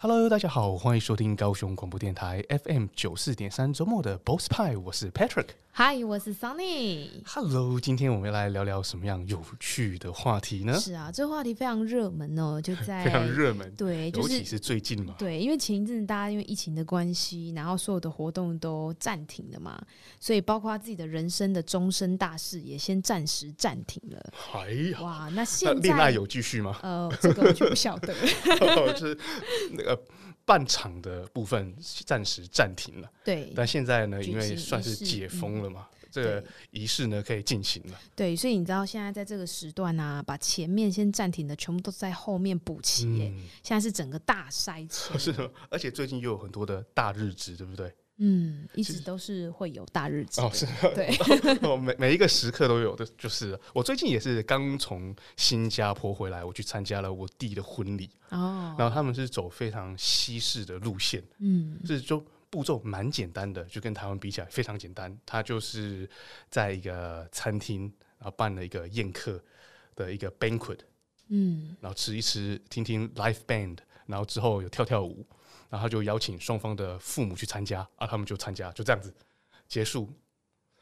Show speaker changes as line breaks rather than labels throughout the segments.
Hello，大家好，欢迎收听高雄广播电台 FM 九四点三周末的 Boss 派，我是 Patrick。
嗨，我是 Sunny。
Hello，今天我们来聊聊什么样有趣的话题呢？
是啊，这话题非常热门哦，就
嗯
在
非常热门，
对，哎就
尤其
是
是最近嘛。
对，因为前一阵子大家因为疫情的关系，然后所有的活动都暂停了嘛，所以包括自己的人生的终身大事也先暂时暂停了。
哎呀，
哇，那现
那
在
恋爱有继续吗？
呃，这个我就不晓得了。
就是那个半场的部分暂时暂停了，
对
但现在呢，
举
因为
行
算
仪
是
式
解封了嘛，这
对
个仪式呢可以进行了。
对，所以你知道现在在这个时段啊，把前面先暂停的全部都在后面补齐耶，
嗯，
现在是整个大筛车。
是吗，而且最近又有很多的大日子，对不对？
嗯，一
其
直都是会有大日子
哦
的，
是
对，
哦，每每一个时刻都有的，就是我最近也是刚从新加坡回来，我去参加了我弟的婚礼，
哦，
然后他们是走非常西式的路线，
嗯，
是就步骤蛮简单的，就跟台湾比起来非常简单。他就是在一个餐厅，然后办了一个宴客的一个 banquet，
嗯，
然后吃一吃，听听 live band，然后之后有跳跳舞，然后他就邀请双方的父母去参加，啊，他们就参加，就这样子结束。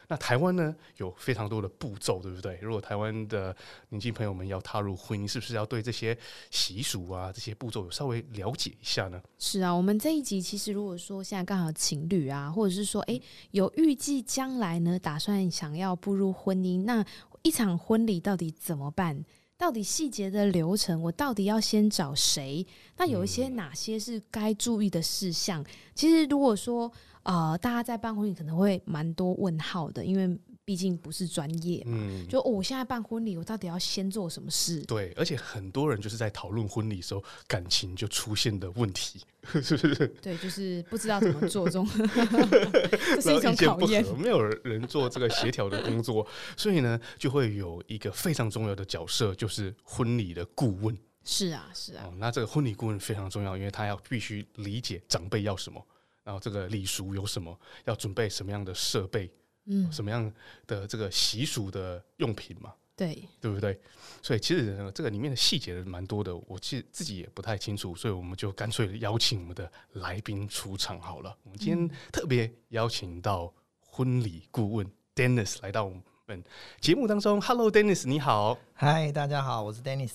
那台湾呢，有非常多的步骤，对不对？如果台湾的年轻朋友们要踏入婚姻，是不是要对这些习俗啊、这些步骤有稍微了解一下呢？
是啊，我们这一集其实如果说现在刚好情侣啊，或者是说哎、诶有预计将来呢，打算想要步入婚姻，那一场婚礼到底怎么办？到底细节的流程，我到底要先找谁？那有
嗯
一些哪些是该注意的事项？其实如果说呃，大家在办婚礼可能会蛮多问号的，因为毕竟不是专业嘛。
嗯，
就、哦、我现在办婚礼，我到底要先做什么事？
对，而且很多人就是在讨论婚礼的时候，感情就出现的问题，是不是？
对，就是不知道怎么做这 种，这
然
是
后
一种
意见
考
不
验。
合，没有人做这个协调的工作， 所以呢，就会有一个非常重要的角色，就是婚礼的顾问。
是啊，是啊，
哦，那这个婚礼顾问非常重要，因为他要必须理解长辈要什么，然后这个礼俗有什么，要准备什么样的设备，
嗯，
什么样的这个习俗的用品嘛。
对，
对不对？所以其实呢，这个里面的细节蛮多的，我其实自己也不太清楚，所以我们就干脆邀请我们的来宾出场好了。我们今天特别邀请到婚礼顾问 Dennis 来到我们节目当中。Hello Dennis，你好。
嗨，大家好，我是 Dennis。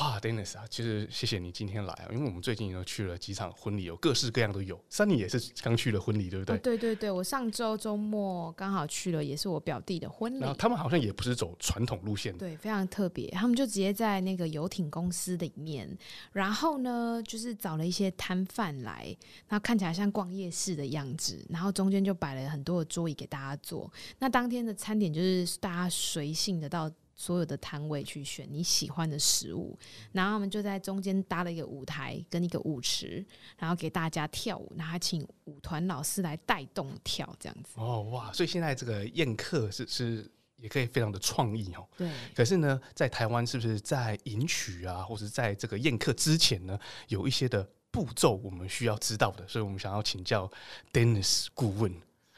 哇，Dennis 啊，其实谢谢你今天来啊，因为我们最近呢去了几场婚礼，有各式各样都有。三 u 也是刚去了婚礼，对不对？
哦，对对对，我上周周末刚好去了，也是我表弟的婚礼
然后，他们好像也不是走传统路线的，
对，非常特别。他们就直接在那个游艇公司里面，然后呢，就是找了一些摊贩来，然后看起来像逛夜市的样子，然后中间就摆了很多的桌椅给大家坐。那当天的餐点就是大家随性的到。所有的摊位去选你喜欢的食物，然后他们就在中间搭了一个舞台跟一个舞池，然后给大家跳舞，然后还请舞团老师来带动跳这样子。
哦哇，所以现在这个宴客是是也可以非常的创意哦。
对，
可是呢，在台湾是不是在迎娶啊，或是在这个宴客之前呢，有一些的步骤我们需要知道的，所以我们想要请教 Dennis 顾问，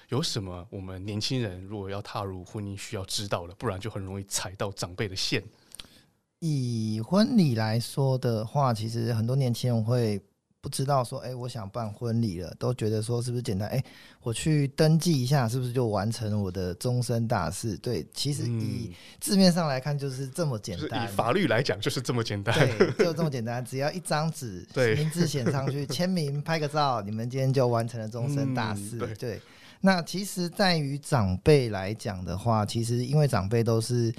有什么我们年轻人如果要踏入婚姻需要知道的，不然就很容易踩到长辈的线。
以婚礼来说的话，其实很多年轻人会不知道说，哎、我想办婚礼了，都觉得说是不是简单？哎、我去登记一下，是不是就完成我的终身大事？对，其实以，字面上来看就是这么
嗯
简
就是嗯以
单。
法律来讲就是这么简单。
对，就这么简单，只要一张纸
对，
名字写 上去，签名，拍个照，你们今天就完成了终身大事。
嗯对
对，那其实，在于长辈来讲的话，其实因为长辈都是。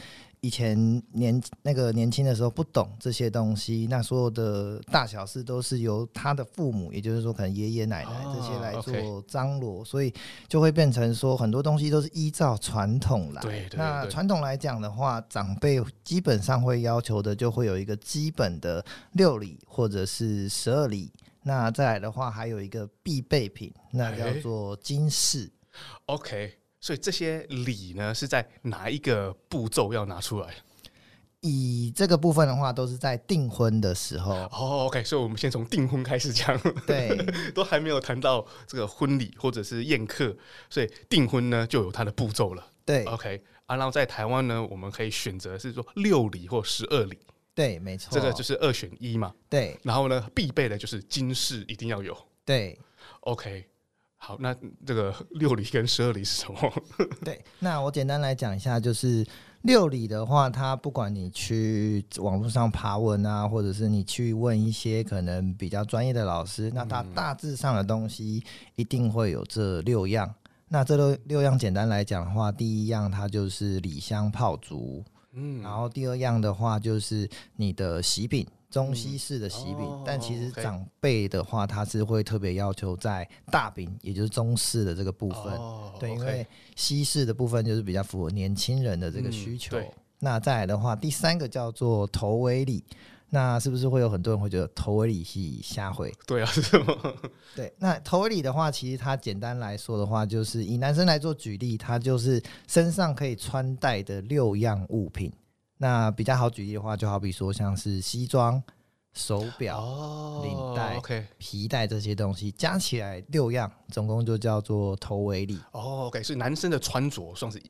以前年那个年轻的时候不懂这些东西，那所有的大小事都是由他的父母，也就是说可能爷爷奶奶
哦
这些来
OK
做张罗，所以就会变成说很多东西都是依照传统来。
对对
那
对
传统来讲的话，长辈基本上会要求的就会有一个基本的六礼或者是十二礼。那再来的话，还有一个必备品，那叫
哎
做金饰。
OK，所以这些礼呢是在哪一个步骤要拿出来？。
以这个部分的话，都是在订婚的时候
哦、o k 所以我们先从订婚开始讲。
对，
都还没有谈到这个婚礼或者是宴客，所以订婚呢就有它的步骤了。
对，
OK 啊，然后在台湾呢，我们可以选择是说六礼或十二礼。
对，没错，
这个就是二选一嘛。
对
然后呢，必备的就是金饰一定要有。
对
OK，好，那这个六礼跟十二礼是什么？
对。那我简单来讲一下，就是六礼的话，它不管你去网络上爬文啊，或者是你去问一些可能比较专业的老师，那
嗯
它大致上的东西一定会有这六样。那这六六样简单来讲的话，第一样它就是礼香炮竹，
嗯
然后第二样的话就是你的喜饼，中西式的喜饼。
哦
但其实
OK
长辈的话，他是会特别要求在大饼，也就是中式的这个部分。
哦
对，因
OK
为西式的部分就是比较符合年轻人的这个
嗯
需求。
对
那再来的话，第三个叫做头尾礼。那是不是会有很多人会觉得头尾礼是下回？
对啊， 是什么？
对，那头尾礼的话，其实它简单来说的话，就是以男生来做举例，它就是身上可以穿戴的六样物品。那比较好举例的话，就好比说像是西装、手表、
哦
领带
OK，
皮带这些东西，加起来六样，总共就叫做头尾礼。
哦，OK，是男生的穿着算是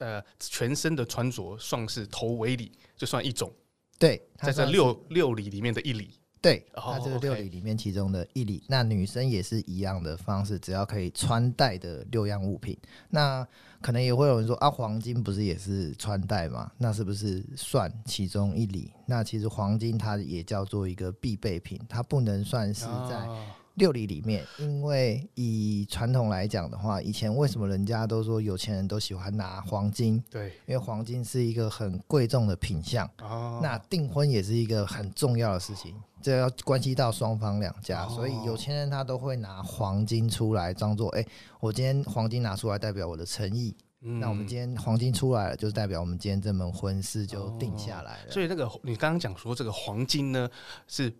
呃全身的穿着算是头尾礼，就算一种，
对，它
在这
算是
六六礼里面的一礼。
对，
哦
它这个六
OK
礼里面其中的一礼，那女生也是一样的方式，只要可以穿戴的六样物品。那可能也会有人说啊，黄金不是也是穿戴吗？那是不是算其中一礼？那其实黄金它也叫做一个必备品，它不能算是在
啊
六礼里面，因为以传统来讲的话，以前为什么人家都说有钱人都喜欢拿黄金？
对
因为黄金是一个很贵重的品相。
哦，
那订婚也是一个很重要的事情，这要关系到双方两家，
哦
所以有钱人他都会拿黄金出来当做，哎、我今天黄金拿出来代表我的诚意，
嗯
那我们今天黄金出来了，就是代表我们今天这门婚事就定下来了。
所以那个你刚刚讲说这个黄金呢是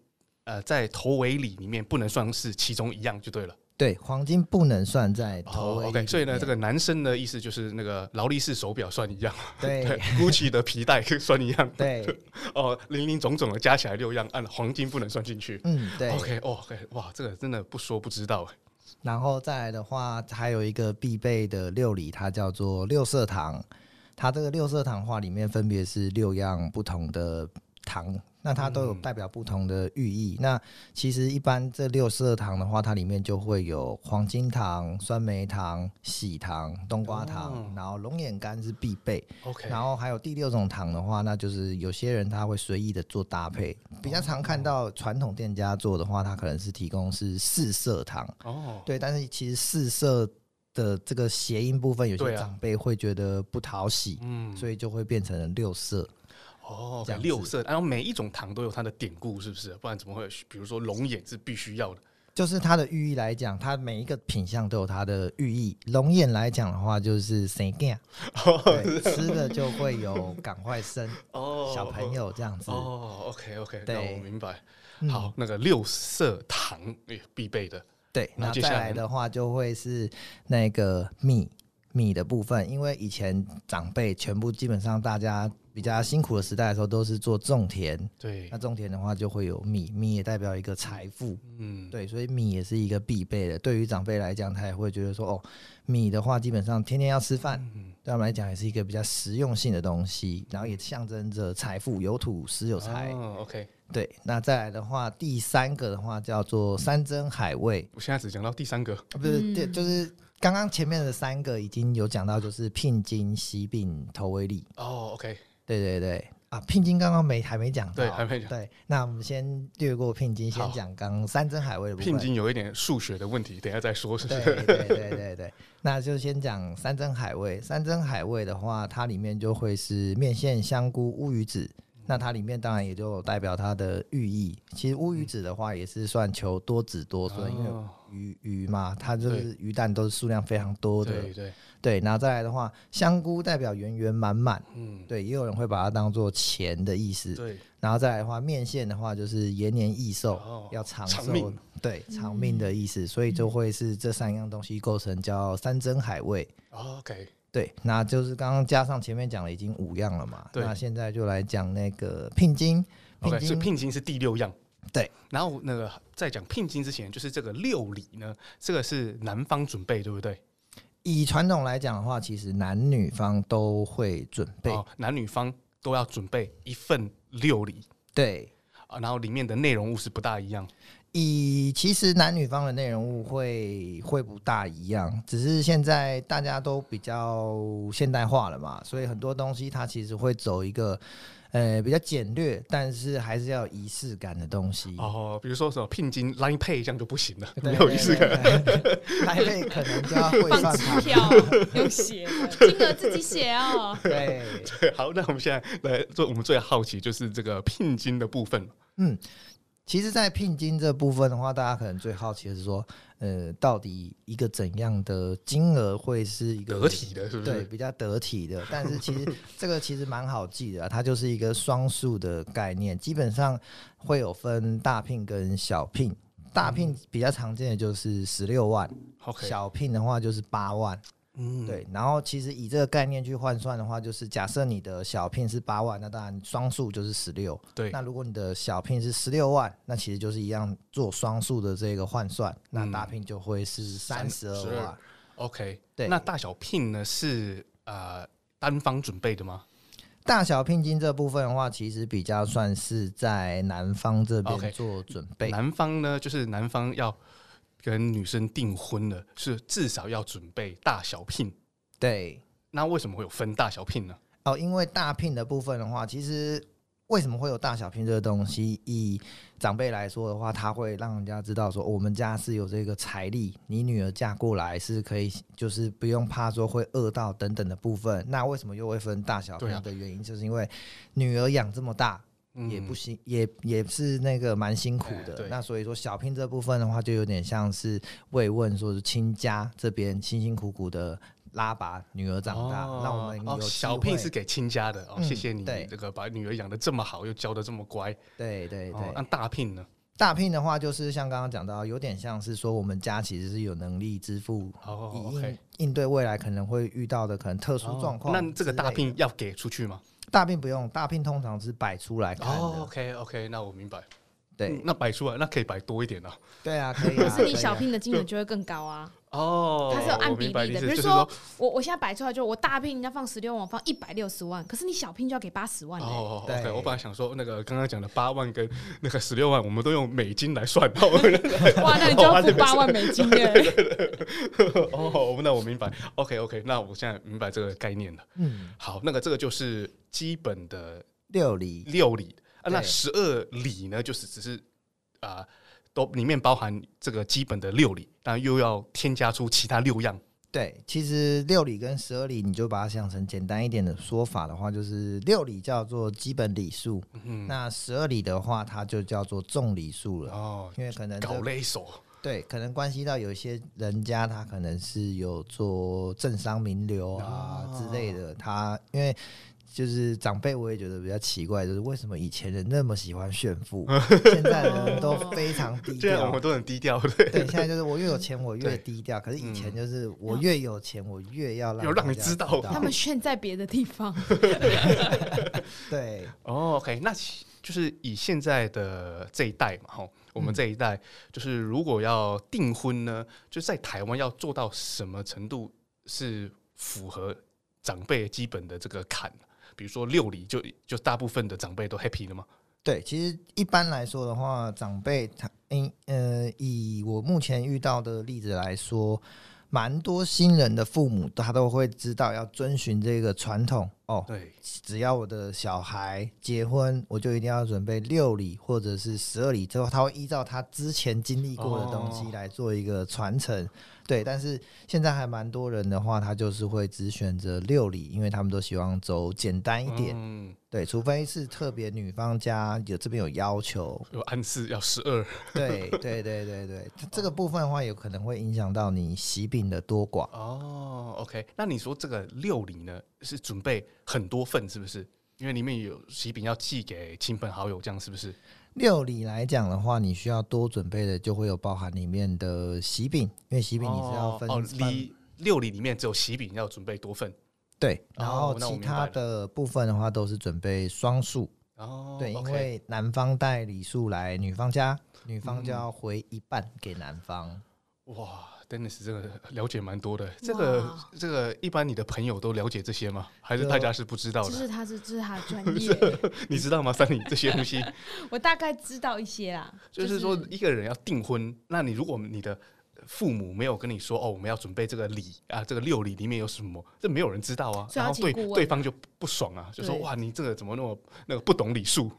呃在头尾礼里面不能算是其中一样就对了。
对，黄金不能算在头尾、
哦、OK，所以呢，这个男生的意思就是那个劳力士手表算一样，
对
，GUCCI 的皮带 算一样，
对，
哦，零零总总的加起来六样，按黄金不能算进去。
嗯对。
OK，哦，OK，哇，这个真的不说不知道哎。
然后再来的话，还有一个必备的六礼，它叫做六色糖。它这个六色糖话里面分别是六样不同的糖，那它都有代表不同的寓意。那其实一般这六色糖的话，它里面就会有黄金糖、酸梅糖、喜糖、冬瓜糖，
哦
然后龙眼干是必备。
OK，
然后还有第六种糖的话，那就是有些人他会随意的做搭配，比较常看到传统店家做的话，它可能是提供是四色糖。
哦，
对，但是其实四色的这个谐音部分，有
对
些
啊
长辈会觉得不讨喜，
嗯，
所以就会变成了六色。
哦，OK，
这样
六
子
色，然后每一种糖都有它的典故，是不是？不然怎么会有？比如说龙眼是必须要的，
就是它的寓意来讲，它每一个品相都有它的寓意。龙眼来讲的话，就是生干，对，吃的就会有赶快生
啊哦，
小朋友这样子。
哦，OK，OK，那
对
我明白。
嗯
好，那个六色糖也必备的，
对，
那
那
接
再
下来
来
呢
的话就会是那个米米的部分，因为以前长辈全部基本上大家比较辛苦的时代的时候，都是做种田，
对
那，种田的话就会有米，米也代表一个财富，
嗯，
对，所以米也是一个必备的。对于长辈来讲，他也会觉得说，哦，米的话基本上天天要吃饭，
嗯，
对他们来讲也是一个比较实用性的东西，然后也象征着财富，有土石有财。
哦，OK，
对，那再来的话，第三个的话叫做山珍海味，
我现在只讲到第三个，
啊不是，
嗯
对，就是刚刚前面的三个已经有讲到，就是聘金、喜饼、头尾礼。
哦，OK，
对对对，啊，聘金刚刚没还没讲到，
对还没讲
对，那我们先略过聘金，
好
先讲刚山珍海味的部分。
聘金有一点数学的问题，等一下再说，是不
对
是？
对对对对， 那就先讲山珍海味。山珍海味的话，它里面就会是面线、香菇、乌鱼子。那它里面当然也就有代表它的寓意。其实乌鱼子的话，也是算求多子多孙，因为
哦
鱼鱼嘛，它就是鱼蛋都是数量非常多的。
对对，
对，然后再来的话，香菇代表圆圆满满，
嗯，
对，也有人会把它当做钱的意思。
对，
然后再来的话，面线的话就是延年益寿，
哦
要长
长
寿，
命嗯
对，长命的意思，所以就会是这三样东西构成叫山珍海味。
哦，OK，
对，那就是刚刚加上前面讲的已经五样了嘛，
对
那现在就来讲那个聘金，聘
OK，所以
金
聘金是第六样。
对，
然后那个在讲聘金之前，就是这个六礼呢，这个是男方准备，对不对？
以传统来讲的话，其实男女方都会准备，
哦哦，男女方都要准备一份六礼
对，
啊，然后里面的内容物是不大一样。
以其实男女方的内容物会会不大一样，只是现在大家都比较现代化了嘛，所以很多东西它其实会走一个呃比较简略，但是还是要有仪式感的东西。
哦，比如说什么聘金 Line Pay 这样就不行了，
对
没有仪式感。，
来配可能就要会
放
算
支
盘。
票用写的，金额自己写哦。
对，
对，好，那我们现在来做我们最好奇就是这个聘金的部分。
其实，在聘金这部分的话，大家可能最好奇的是说，呃，到底一个怎样的金额会是一个
得体的是不是
对，比较得体的。但是其实这个其实蛮好记的啊、它就是一个双数的概念，基本上会有分大聘跟小聘。大聘比较常见的就是十六万
OK，
小聘的话就是八万，
嗯，
对。然后其实以这个概念去换算的话，就是假设你的小聘是八万，那当然双数就是十六。
对
那如果你的小聘是十六万，那其实就是一样做双数的这个换算，那大聘就会是三十二
32
万。
，OK，
对
那大小聘呢是呃单方准备的吗？
大小聘金这部分的话，其实比较算是在男方这
OK
边做准备。
男方呢，就是男方要跟女生订婚了，是至少要准备大小聘。
对，
那为什么会有分大小聘呢？
哦，因为大聘的部分的话，其实为什么会有大小聘这个东西？以长辈来说的话，他会让人家知道说，哦我们家是有这个财力，你女儿嫁过来是可以，就是不用怕说会饿到等等的部分。那为什么又会分大小
对啊
聘的原因，就是因为女儿养这么大，
嗯
也不行，也也是那个蛮辛苦
哎
的。
对
那所以说小聘这部分的话，就有点像是慰问，说是亲家这边辛辛苦苦的拉拔女儿长大，
哦
那我们有、
哦、小聘是。给亲家的哦，
嗯
谢谢你
对
这个把女儿养的这么好，又教的这么乖。
对对对，
哦，那大聘呢
大聘的话，就是像刚刚讲到，有点像是说我们家其实是有能力支付，
哦
以应、
，OK
应对未来可能会遇到的可能特殊状况之类
哦
的、
那这个大聘要给出去吗？
大聘不用，大聘通常是摆出来看的，
哦，OK OK，那我明白。
对、
嗯那摆出来，那可以摆多一点啊。
对啊，可以啊。
可是你
可以啊
小聘的金额就会更高啊，
哦，
它是有按
我
比
明白
例
你
的。
意思
比如
就是
说，我我现在摆出来就我大聘人家放十六万，我放一百六十万，可是你小聘就要给八十万、欸。
哦
对
，OK，我本来想说那个刚刚讲的八万跟那个十六万，我们都用美金来算，哦然后我们
哇，那你就要付八万美金耶、
哦，那我明白，OK OK，那我现在明白这个概念了。
嗯，
好，那个这个就是基本的
六厘，
六礼啊，那
对
十二礼呢，就是只是啊、都里面包含这个基本的六礼，但又要添加出其他六样。
对，其实六礼跟十二礼，你就把它想成简单一点的说法的话，就是六礼叫做基本礼数，
嗯，
那十二礼的话，它就叫做重礼数了。
哦，
因为可能这
搞了一手，
对，可能关系到有一些人家他可能是有做政商名流啊
哦
之类的，他因为。就是长辈，我也觉得比较奇怪，就是为什么以前人那么喜欢炫 富，现在的人都非常低
这样我
调
们。都很低调，对，
对，现在就是我越有钱我
对
越低调，可是以前
嗯
就是我越有钱我越要让
要让你
大家
知道
他们炫在别的地方，
对
哦，OK，那其就是以现在的这一代嘛，吼，我们这一代就是如果要订婚呢，就在台湾要做到什么程度是符合长辈基本的这个坎？比如说六礼就就大部分的长辈都 happy 了吗？
对，其实一般来说的话，长辈他，嗯呃，以我目前遇到的例子来说，蛮多新人的父母他都会知道要遵循这个传统哦。
对，
只要我的小孩结婚，我就一定要准备六礼或者是十二礼，之后他会依照他之前经历过的东
哦
西来做一个传承。对，但是现在还蛮多人的话，他就是会只选择六礼，因为他们都希望走简单一点。
嗯，
对，除非是特别女方家有这边有要求，
有暗示要十二
对对对对对，这这个部分的话，有可能会影响到你喜饼的多寡。
哦，OK，那你说这个六礼呢，是准备很多份是不是？因为里面有喜饼要寄给亲朋好友，这样是不是？
六礼来讲的话，你需要多准备的就会有包含里面的喜饼，因为喜饼你是要分
哦，哦
半
礼六礼里面只有喜饼要准备多份。
对，然
哦
后
那我
其
明白
他
了
的部分的话都是准备双数，
哦，
对，因
OK 嗯
为男方带礼数来女方家，女方就要回一半给男方。
哇，Dennis 这个了解蛮多的，这个
哇
这个一般你的朋友都了解这些吗？还是大家是不知道
这
的？
是他是这是他的专业，
你知道 吗？三林这些东西，
我大概知道一些啦。
就是说一个人要订婚，那你如果你的父母没有跟你说哦，我们要准备这个礼啊，这个六礼里面有什么，这没有人知道啊，
所以
然
要
后
请
对
顾问
对方就不爽啊，就说
对
哇，你这个怎么那么那个不懂礼数？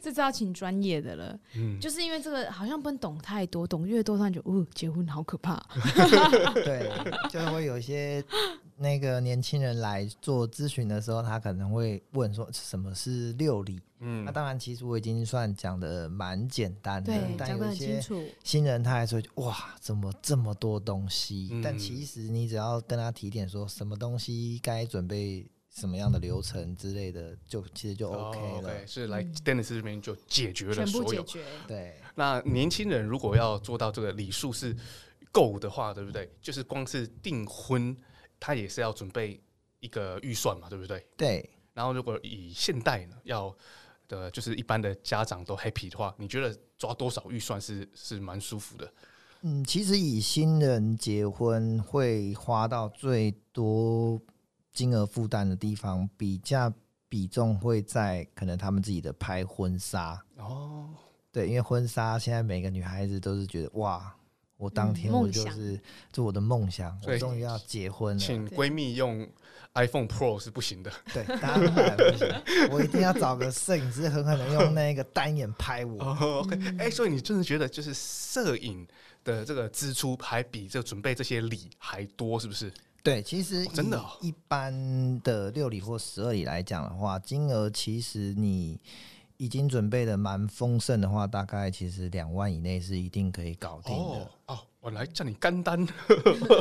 这是要请专业的了，
嗯，
就是因为这个好像不能懂太多，懂越多，他就哦，结婚好可怕。
对，就会有一些那个年轻人来做咨询的时候，他可能会问说什么是六礼。那
嗯，
当然，其实我已经算讲的蛮简单的
对，，
但
讲得
有一
很清
些
楚。
新人他还说哇，怎么这么多东西？
嗯
但其实你只要跟他提点说什么东西该准备什么样的流程之类的，就其实就 OK
哦
了。
，OK，是来
嗯
Dennis 这边就解决
全
了
部
所
解
有。
决，
对，
那年轻人如果要做到这个礼数是够的话，对不对？就是光是订婚，他也是要准备一个预算嘛，对不对？
对，
然后如果以现代呢，要的呃就是一般的家长都 happy 的话，你觉得抓多少预算是是蛮舒服的？
嗯，其实以新人结婚会花到最多金额负担的地方，比价比重会在可能他们自己的拍婚纱。
哦，
对，因为婚纱现在每个女孩子都是觉得哇，我当
嗯
天
梦
我就
想
是这我的梦想，
所
我
以
终于要结婚了。
请闺蜜用 iPhone Pro 是不行的
对，当然不行，我一定要找个摄影师狠狠的用那个单眼拍我。
哦。OK，哎、 所以你真的觉得就是摄影的这个支出还比这准备这些礼还多，是不是？
对，其实
哦真的
以
哦
一般的六礼或十二礼来讲的话，金额其实你已经准备的蛮丰盛的话，大概其实两万以内是一定可以搞定
哦
的。
哦，我来叫你干单。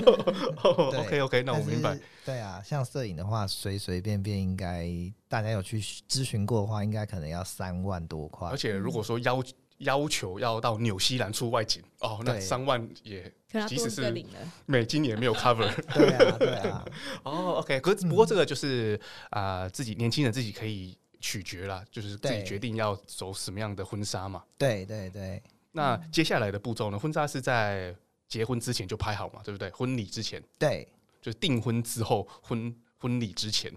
对
OK OK，那我哦明白
但。是。对啊，像摄影的话，随随便便应该大家有去咨询过的话，应该可能要三万多块
而。且如果说要要求要到纽西兰出外景，哦，那
对
三万也
可能要
即
多
使
一个
是
零了。
美金也没有 cover。
对啊，对啊，
哦，OK，可是不过这个就是啊、呃自己年轻人自己可以取决啦，就是自己
对
决定要走什么样的婚纱嘛。
对对对。
那
嗯
接下来的步骤呢？婚纱是在结婚之前就拍好嘛，对不对？婚礼之前
对，
就是订婚之后，婚婚礼之前，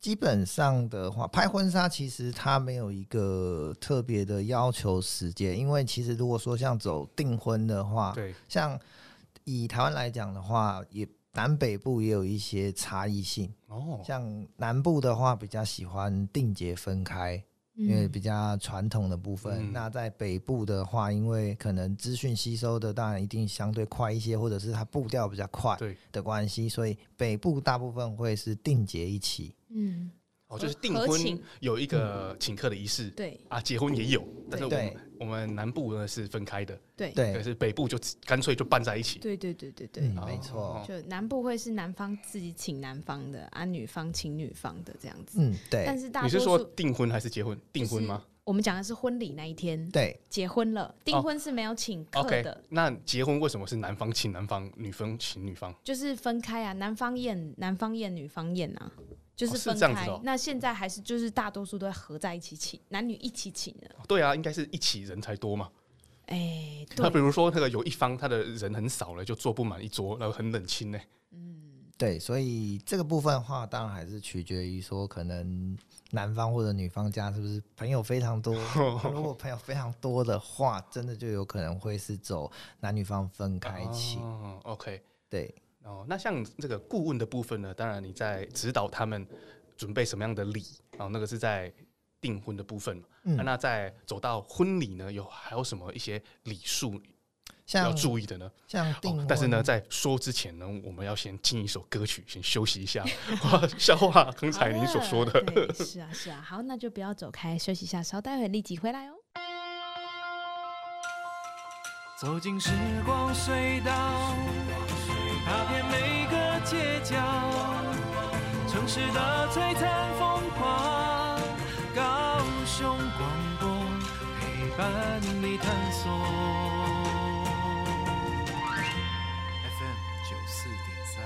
基本上的话，拍婚纱其实它没有一个特别的要求时间，因为其实如果说像走订婚的话，
对，
像以台湾来讲的话，也南北部也有一些差异性。
哦，
像南部的话，比较喜欢定节分开，因为比较传统的部分。
嗯
那在北部的话，因为可能资讯吸收的当然一定相对快一些，或者是它步调比较快
对，
的关系，所以北部大部分会是定节一起。
嗯，
哦，就是
合
订
合
婚
请
有一个请客的仪式。
对
啊，结婚也有，但是我
嗯对
们我们南部呢是分开的，
对
对，
可是北部就干脆就拌在一起。
对对对对对
嗯，没错
哦，
就南部会是南方自己请南方的，啊，女方请女方的这样子。
嗯，
但
对，
是大
你
多
是说
数
订婚还是结婚？订婚吗？
我们讲的是婚礼那一天，
对，
结婚了，订婚是没有请客
哦 OK，
的，
那结婚为什么是男方请男方，女方请女方？
就是分开啊，男方宴，男方宴，女方宴啊，就
哦是
分
这样子
开。
的哦
那现在还是就是大多数都会合在一起请，男女一起请的。
对啊，应该是一起人才多嘛。
哎、
那
对，
比如说那个有一方他的人很少了，就坐不满一桌，然后很冷清呢。
对，所以这个部分的话，当然还是取决于说，可能男方或者女方家是不是朋友 非常多。如果朋友非常多的话，真的就有可能会是走男女方分开请。
哦，OK，
对，
哦，那像这个顾问的部分呢，当然你在指导他们准备什么样的礼，哦，那个是在订婚的部分嘛。
嗯
啊那在走到婚礼呢，有还有什么一些礼数要
像
注意的呢？
像订
哦
婚、，
但是呢，在说之前呢，我们要先听一首歌曲，先休息一 下，哇消化刚才您所说
好
的。
对，是啊是啊，好，那就不要走开，休息一下，稍待会立即回来哦。
走进时光隧道，踏遍每个街角，城市的璀璨风光，高雄广播陪伴你探索。FM 九四点三。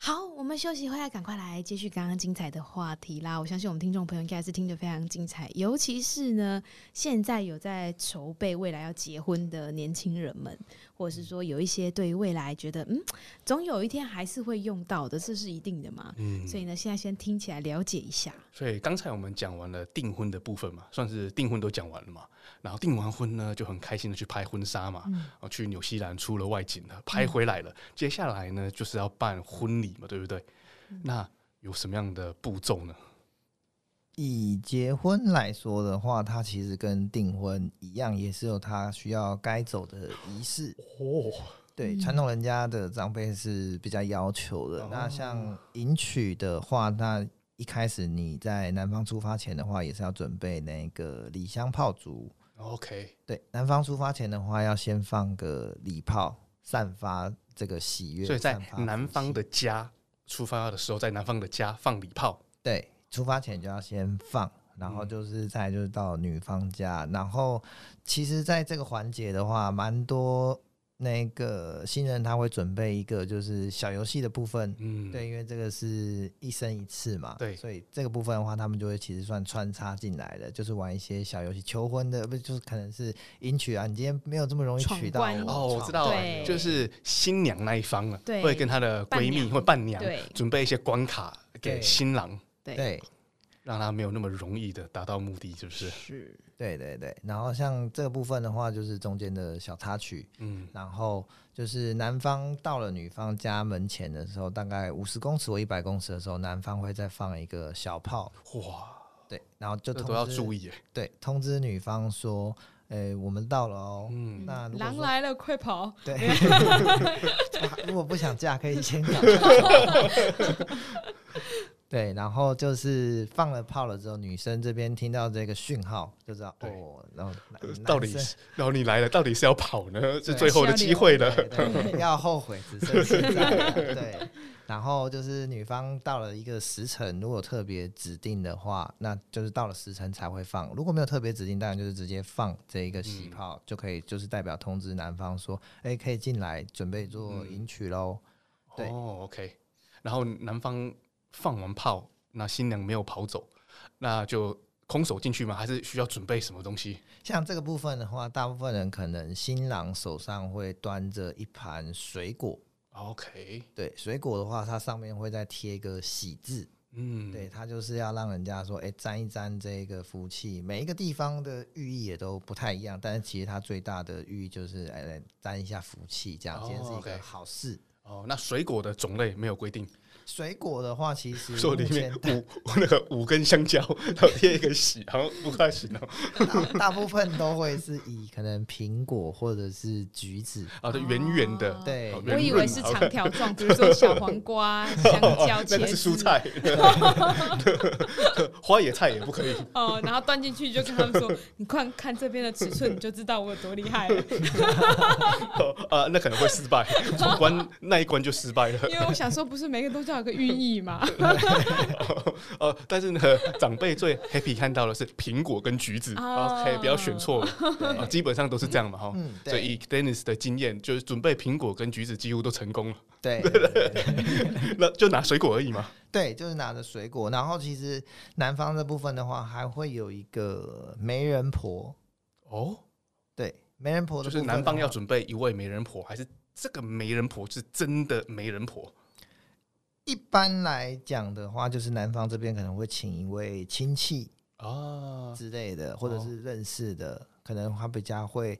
好，我们们休息回来，赶快来接续刚刚精彩的话题啦！我相信我们听众朋友应该是听得非常精彩，尤其是呢，现在有在筹备未来要结婚的年轻人们，或者是说有一些对于未来觉得嗯，总有一天还是会用到的，这是一定的嘛。
嗯，
所以呢，现在先听起来了解一下。
所以刚才我们讲完了订婚的部分嘛，算是订婚都讲完了嘛。然后订完婚呢，就很开心的去拍婚纱嘛，
嗯
然后去纽西兰出了外景了，拍回来了。接下来呢，就是要办婚礼嘛，对不对？
嗯
那有什么样的步骤呢？
以结婚来说的话，它其实跟订婚一样，也是有它需要该走的仪式。
哦，
对，
嗯
传统人家的长辈是比较要求的。
哦
那像迎娶的话，那一开始你在南方出发前的话，也是要准备那个礼香炮竹。
OK，
对，南方出发前的话，要先放个礼炮，散发这个喜悦。
所以在
散发
南
福
方
气
的家出发的时候，在南方的家放礼炮，
对，出发前就要先放，然后
嗯
就是再来就是到女方家，然后其实在这个环节的话，蛮多那个新人他会准备一个就是小游戏的部分。
嗯，
对，因为这个是一生一次嘛，
对
所以这个部分的话，他们就会其实算穿插进来的，就是玩一些小游戏，求婚的不是就是可能是迎娶啊，你今天没有这么容易
闯
娶到
关
我
哦，我
闯
知道了，
对
就是新娘那一方啊，
对
会跟她的闺蜜或伴娘
对
准备一些关卡给
对
新郎，
对
对，
让他没有那么容易的达到目的，是不是？
是
对对对，然后像这个部分的话，就是中间的小插曲，
嗯，
然后就是男方到了女方家门前的时候，大概五十公尺或一百公尺的时候，男方会再放一个小炮，
哇，
对，然后就
这
通
都要
知
注意耶，
对，通知女方说，诶，我们到了哦。
嗯，
那如果
狼
说
来了，快跑！
对，啊 如果不想嫁，可以先讲。 对，然后就是放了炮了之后，女生这边听到这个讯号就知道
对
哦，然后男
呃
男
到底
生
是，然后你来了，到底是要跑呢？是
对
最后的机会了。
对对要后悔只剩现 在了。对，然后就是女方到了一个时辰，如果特别指定的话，那就是到了时辰才会放；如果没有特别指定，当然就是直接放这一个喜
嗯
炮，就可以就是代表通知男方说，哎、可以进来准备做
嗯
迎娶喽。对
哦，OK。然后男方放完炮，那新娘没有跑走，那就空手进去吗？还是需要准备什么东西？
像这个部分的话，大部分人可能新郎手上会端着一盘水果。
OK，
对水果的话，它上面会再贴一个喜字，
嗯，
对，，它就是要让人家说，哎、沾一沾这个福气。每一个地方的寓意也都不太一样，但是其实它最大的寓意就是，哎、来沾一下福气，这样
哦
今天是一
OK
个好事。
哦，那水果的种类没有规定，
水果的话，其实
说
目
里面
前
五 那个五根香蕉，然后贴一个喜，好像不太行哦。
大大部分都会是以可能苹果或者是橘子，
啊，对，圆圆的，
哦对
好，
我
圆
以
润
为
嘛
是长条状，比如说小黄瓜、香蕉、
哦， 那
茄
个是蔬
子，
菜，花野菜也不可以。
哦，然后端进去就跟他们说：“你看看这边的尺寸，你就知道我有多厉害了。
哦啊，那可能会失败，闯关那一关就失败了”。
因为我想说，不是每个东西都有个寓意嘛？
哦，但是呢，长辈最 happy 看到的是苹果跟橘子
啊
，OK，不要选错了。啊，
对，
基本上都是这样嘛，哈。
嗯，
所以
对，
以 Dennis 的经验，就是准备苹果跟橘子几乎都成功了，
对，对对对
那就拿水果而已嘛。
对，就是拿着水果，然后其实南方这部分的话，还会有一个媒人婆，
哦，
对，媒人婆
就
的
是
部分
男
的
方要
话
准备一位媒人婆，还是这个媒人婆是真的媒人婆？
一般来讲的话，就是男方这边可能会请一位亲戚
啊，
之类的，或者是认识的，
哦
可能他比较会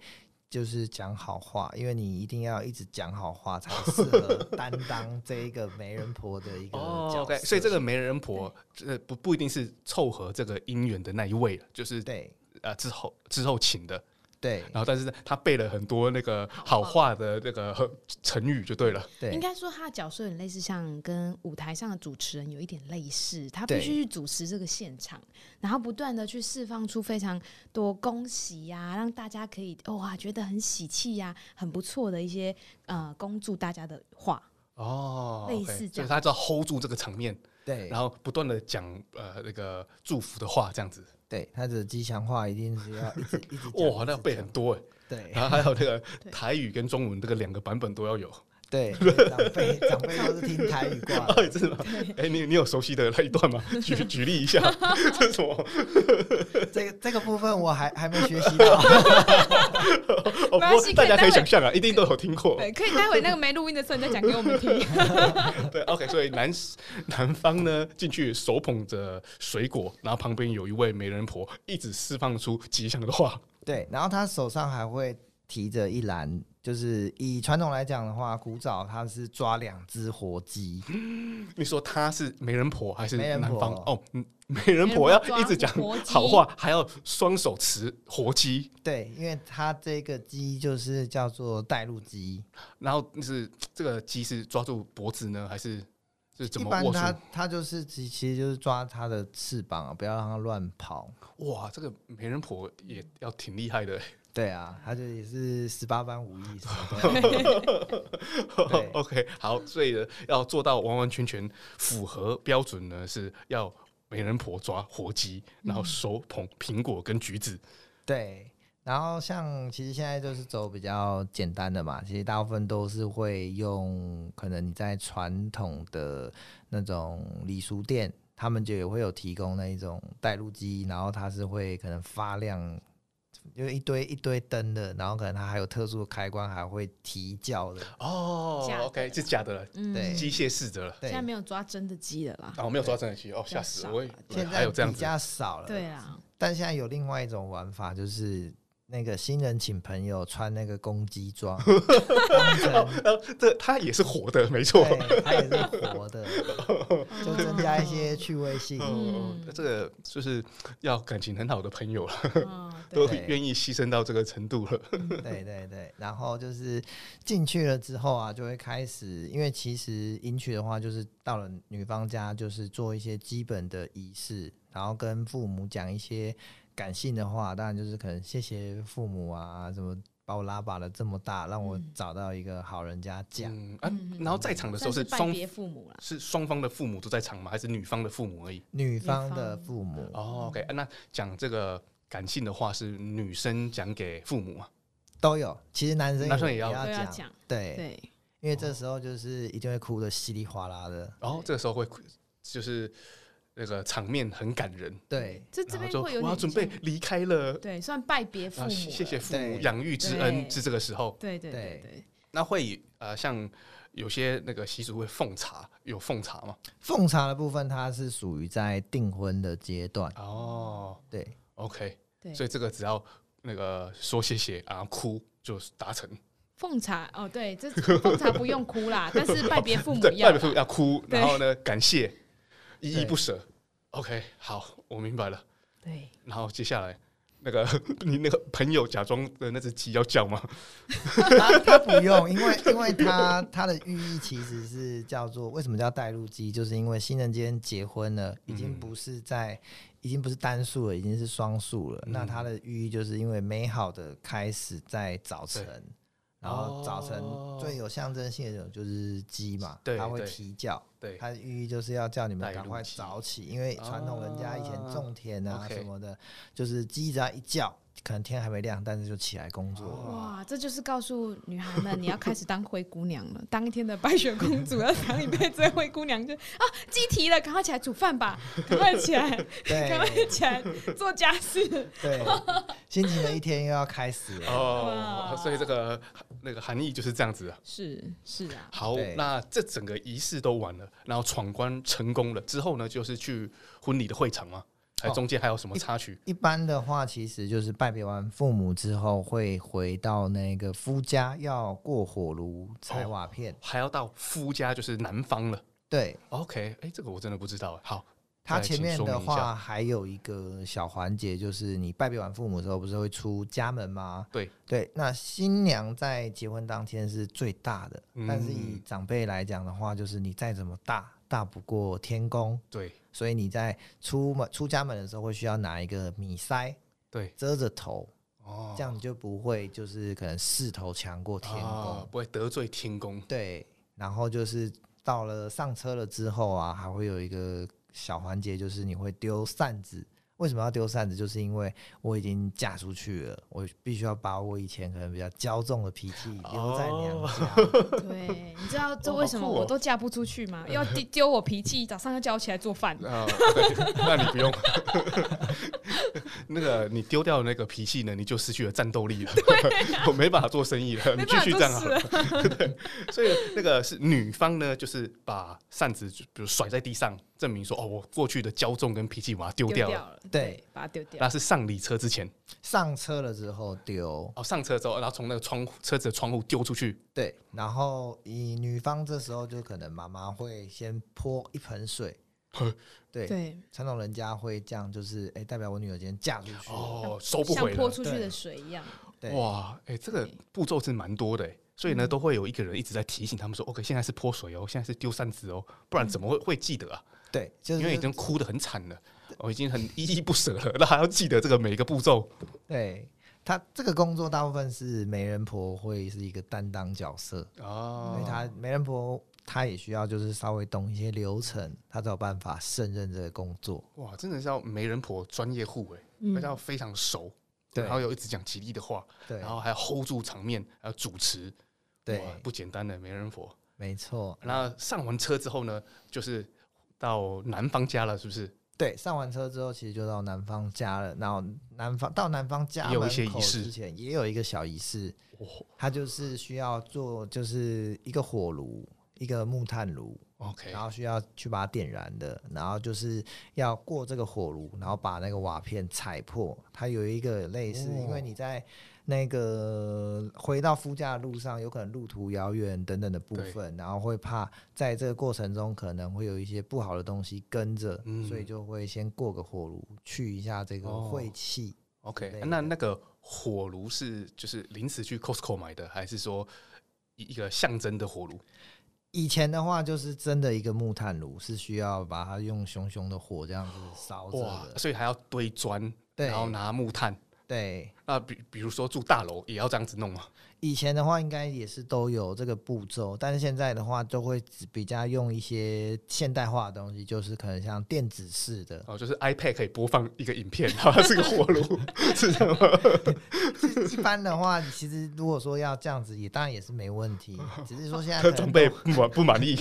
就是讲好话，因为你一定要一直讲好话才适合担当这一个媒人婆的一个角
哦
色。
，OK，所以这个媒人婆，呃，不不一定是凑合这个姻缘的那一位了，就是
对
呃之后之后请的，
对
然后但是呢他背了很多那个好话的那个呵成语就对了，
对，
应该说，他的角色很类似，像跟舞台上的主持人有一点类似，他必
对
须去主持这个现场，然后不断的去释放出非常多恭喜呀、让大家可以哦哇觉得很喜气呀、很不错的一些呃恭祝大家的话。
哦
类
OK，
似这
所以
样
他只要 hold 住这个场面，
对，
然后不断的讲呃那个祝福的话这样子，
对他的吉祥话一定是要一直一直讲
哦 哇，
一
那
直
背
讲
很多哎，
对
然后还有那个
对
台语跟中文这个两个版本都要有，
对，长辈长辈都是听台语 挂的。
哎，真的吗？哎，你你有熟悉的那一段吗？举 举例一下， 这是什么？
这个这个部分我还还没学习到。
哦，不
没关
过
系
大家
可
可
以待会
以想象啊，一定都有听过。
对，可以待会那个没录音的时候你再讲给我们听。
对，OK，所以南南方呢进去手捧着水果，然后旁边有一位媒人婆一直释放出吉祥的话，
对，然后他手上还会提着一篮，就是以传统来讲的话，古早他是抓两只活鸡，
你说她是媒人婆还是
媒人
南
婆
方？哦，嗯媒人婆要一直讲
媒人婆抓活鸡
好话，还要双手持活鸡，
对，因为他这个鸡就是叫做带路鸡，
然后是这个鸡是抓住脖子呢，还是是怎
一
么
般
握
他
住？
他就是其其实就是抓它的翅膀啊，不要让它乱跑。
哇，这个媒人婆也要挺厉害的。欸
对啊，他就也是十八般武艺什 么都有。对
OK，好，所以呢，要做到完完全全符合标准呢，是要媒人婆抓活鸡，然后手捧苹果跟橘子。
对，然后像其实现在就是走比较简单的嘛，其实大部分都是会用，可能你在传统的那种礼俗店，他们就也会有提供那一种带路机，然后它是会可能发亮。就一堆一堆灯的，然后可能它还有特殊的开关，还会提叫的。
哦
假的
，OK，是假的了，
嗯
对
机械式的了。
对
现在没有抓真的鸡了啦。
啊，我没有抓真的鸡哦，吓死我！我以
现
为
在
还有这样
比
子
较少了。
对啊，
但现在有另外一种玩法，就是那个新人请朋友穿那个公鸡装， 当成
呃，这它也是活的，没错。
对，它也 是活的，就增加一些趣味性。
嗯，这个就是要感情很好的朋友 了，
嗯，
都
对，
对
愿意牺牲到这个程度了。
对对对，然后就是进去了之后啊，就会开始，因为其实迎娶的话，就是到了女方家，就是做一些基本的仪式，然后跟父母讲一些感性的话，当然就是可能谢谢父母啊，什么把我拉拔了这么大，让我
嗯
找到一个好人家讲。
嗯啊
嗯，
然后在场的时候
算是
是
拜
双
别父母啦。
是双方的父母都在场吗？还是女方的父母而已？
女方
方
的父母，
哦，OK，、啊、那讲这个感性的话是女生讲给父母嘛？
都有，其实男生
男生也
要
要
都要
讲，
讲，
对，
对，
因为这时候就是一定会哭的稀里哗啦的，
然哦后这个时候会就是那个场面很感人，
对
这
然
这
后
边
就
会有
我要
点
准备
像
离开了，
对，算拜别父
啊，
母，
谢谢，父母
对
养育之恩
对
是这个时候。
对对
对
对对，
那会呃，像有些那个习俗会奉茶，有奉茶嘛？
奉茶的部分，它是属于在订婚的阶段，
哦
对
，OK，
对
所以这个只要那个说谢谢啊，哭就达成。
奉茶哦，对，这奉茶不用哭啦，但是拜别父母
对，
要
拜别父母要哭，
对
然后呢，感谢，依依
对
不舍。OK，好，我明白了。
对，
然后接下来，那个 你那个朋友假装的那只鸡要叫吗？
他他不用，因为因为他他的寓意其实是叫做为什么叫带路鸡，就是因为新人今天结婚了，已经不是在、已经不是单数了，已经是双数
嗯
了。那它的寓意就是因为美好的开始在早晨
对，
然后早晨
哦
最有象征性的种就是鸡嘛，
对
它会
对
提叫。
对，
它的寓意就是要叫你们
带
赶
路
快
鸡
早起，因为传统人家以前
啊
种田啊
哦 OK
什么的，就是鸡只要一叫，可能天还没亮，但是就起来工作
哦
了。
哇，这就是告诉女孩们，你要开始当灰姑娘了，当一天的白雪公主，要当一辈子的灰姑娘，就啊，鸡啼了，赶快起来煮饭吧，赶快起 来，赶快
对
起来做家事，
对，辛勤的一天又要开始了。
哦
哇，
所以这个呃那个含义就是这样子啊。
是是啊，
好
对，
那这整个仪式都完了，然后闯关成功了之后呢，就是去婚礼的会场吗？还
哦
中间还有什么插曲？
一般的话，其实就是拜别完父母之后，会回到那个夫家，要过火炉、拆
哦
瓦片。
还要到夫家，就是男方了。
对，
OK，哎、这个我真的不知道。好，
它
再请
前面
说
的
明一下
话还有一个小环节，就是你拜别完父母之后，不是会出家门吗？
对
对，那新娘在结婚当天是最大的，
嗯
但是以长辈来讲的话，就是你再怎么大，大不过天公，
对
所以你在出门出家门的时候，会需要拿一个米塞
对，
遮着头，
哦，
这样你就不会就是可能势头强过天公。
啊不会得罪天公。
对，然后就是到了上车了之后啊，还会有一个小环节，就是你会丢扇子。为什么要丢扇子？就是因为我已经嫁出去了，我必须要把我以前可能比较骄纵的脾气留在娘家。
对，你知道这
哦
为什么
好酷哦
我都嫁不出去吗？要丢丢我脾气，早上要叫我起来做饭。
啊、对， 那你不用。那个你丢掉那个脾气呢，你就失去了战斗力了。 我没办法做生意了，你
啊没
继
办法
续这样好
做
了。对， 所以那个是女方呢，就是把扇子就比如甩在地上，证明说哦，我过去的骄纵跟脾气把它丢
丢
掉
掉
了。
了，
对，
把它丢掉
那。是上礼车之前，
上车了之后丢，
哦，上车之后，然后从那个窗户车子的窗户丢出去，
对，然后以女方这时候就可能妈妈会先泼一盆水， 对，
对，
传统人家会这样，就是哎、代表我女儿今天嫁出去了，
哦，收不
像
回
泼
了。
出去的水一样。
对，
哇，哎、这个
对
步骤是蛮多的、欸，所以呢，
嗯
都会有一个人一直在提醒他们说：“OK，现在是泼水哦，现在是丢扇子哦，不
嗯
然怎么会会记得啊？
对，就是
因为已经哭得很惨了，哦我已经很依依不舍了，那还要记得这个每一个步骤。
对他这个工作大部分是媒人婆会是一个担当角色，因为
哦，
她媒人婆她也需要就是稍微懂一些流程，她才有办法胜任这个工作。
哇，真的是要媒人婆专业户哎、
嗯
大家要非常熟，
对
然后又一直讲吉利的话，
对
然后还要 hold 住场面，还要主持，
对，
哦哇不简单的媒人婆。
没错。
那上完车之后呢，就是到男方家了，是不是？
对，上完车之后，其实就到男方家了。然后男方到男方家
也有一
门
些仪
口
式
之前，也有一个小仪式，
哦
他就是需要做，就是一个火炉，一个木炭炉，
，OK，
然后需要去把它点燃的，然后就是要过这个火炉，然后把那个瓦片踩破。它有一个类
哦
似，因为你在那个回到夫家的路上，有可能路途遥远等等的部
对
分，然后会怕在这个过程中可能会有一些不好的东西跟着，
嗯
所以就会先过个火炉去一下这个
哦
晦气。
OK，
之类
啊
的
那那个火炉是就是临时去 Costco 买的，还是说一一个象征的火炉？
以前的话，就是真的一个木炭炉是需要把它用熊熊的火哦这样子烧着
哇，
的，
所以还要堆砖，
对
然后拿木炭。
对。
那比比如说住大楼也要这样子弄嘛？，
以前的话应该也是都有这个步骤，但是现在的话就会只比较用一些现代化的东西，就是可能像电子式的
哦，就是 iPad 可以播放一个影片， 然后它是个火炉，是这样 吗？
一般的话其实如果说要这样子，也当然也是没问 题，只是说现在可
他
能
长辈不满不满意，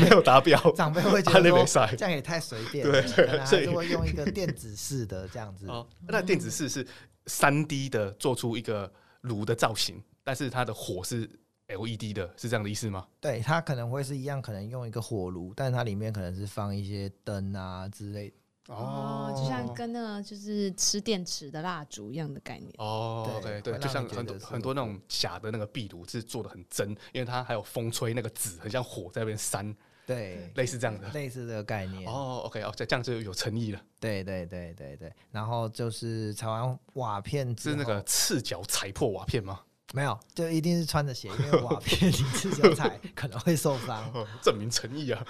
没有达标。
长辈会觉
啊
得
那没
说
塞
这样也太随便了，
对对
可能 还
所以
是会用一个电子式的这样子，
哦，那电子式是三 D 的做出一个炉的造型，但是它的火是 LED 的，是这样的意思吗？
对，它可能会是一样，可能用一个火炉，但它里面可能是放一些灯啊之类的，
哦，就像跟那个就是吃电池的蜡烛一样的概念。
哦
对
，OK，
会
对，
让
就像
你觉
很
得
多
是
很
有
多那种假的那个壁炉是做的很真，因为它还有风吹那个纸，很像火在那边扇，
对，
类似这样的。
类似这个概念。
哦，OK，哦，这这样就有诚意了，
对对对对对，然后就是踩完瓦片之
是那
后
个赤脚踩破瓦片吗？
没有，就一定是穿着鞋，因为瓦片你赤 脚踩可能会受伤。
哦 证明诚意啊。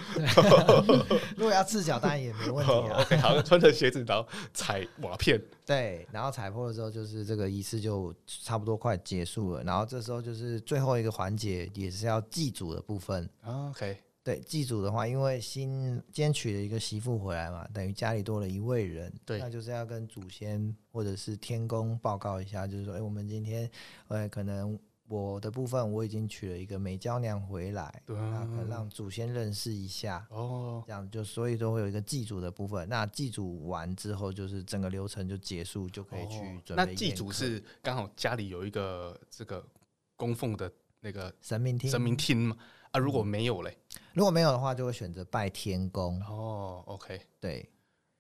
如果要赤脚，当然也没问 题
哦
啊。
OK，好，穿着鞋子然后踩瓦片，
对，然后踩破了之后，就是这个仪式就差不多快结束了。然后这时候就是最后一个环节，也是要祭祖的部分。
哦，OK，
对，祭祖的话，因为新今天娶了一个媳妇回来嘛，等于家里多了一位人，
对
那就是要跟祖先或者是天公报告一下，就是说，哎、我们今天，呃，可能我的部分我已经娶了一个美娇娘回来，
对啊
那可能让祖先认识一下，
哦，
这样就所以都会有一个祭祖的部分。那祭祖完之后，就是整个流程就结束，就可以去
哦
准备、
那祭祖是刚好家里有一个这个供奉的那个
神明厅，嗯
神明厅嘛？啊，如果没有嘞，
如果没有的话，就会选择拜天公，
哦，OK，
对。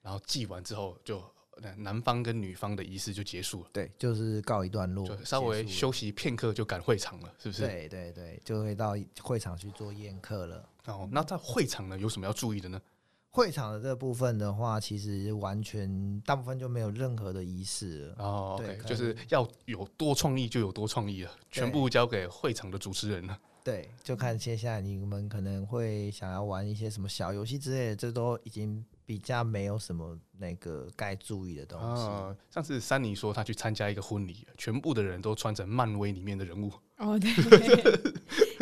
然后祭完之后就呃男方跟女方的仪式就结束了，
对，就是告一段落，
就稍微
哦结束了
休息片刻就赶会场了，是不是？
对对对，就会到会场去做宴客了。
哦，那在会场呢有什么要注意的呢？
会场的这部分的话，其实完全大部分就没有任何的仪式了。
哦
对
，OK，
可以
就是要有多创意就有多创意了，全部交给会场的主持人了。
对，就看接下来你们可能会想要玩一些什么小游戏之类的，这都已经比较没有什么那个该注意的东西。
啊，上次珊妮说她去参加一个婚礼，全部的人都穿成漫威里面的人物，
哦，对，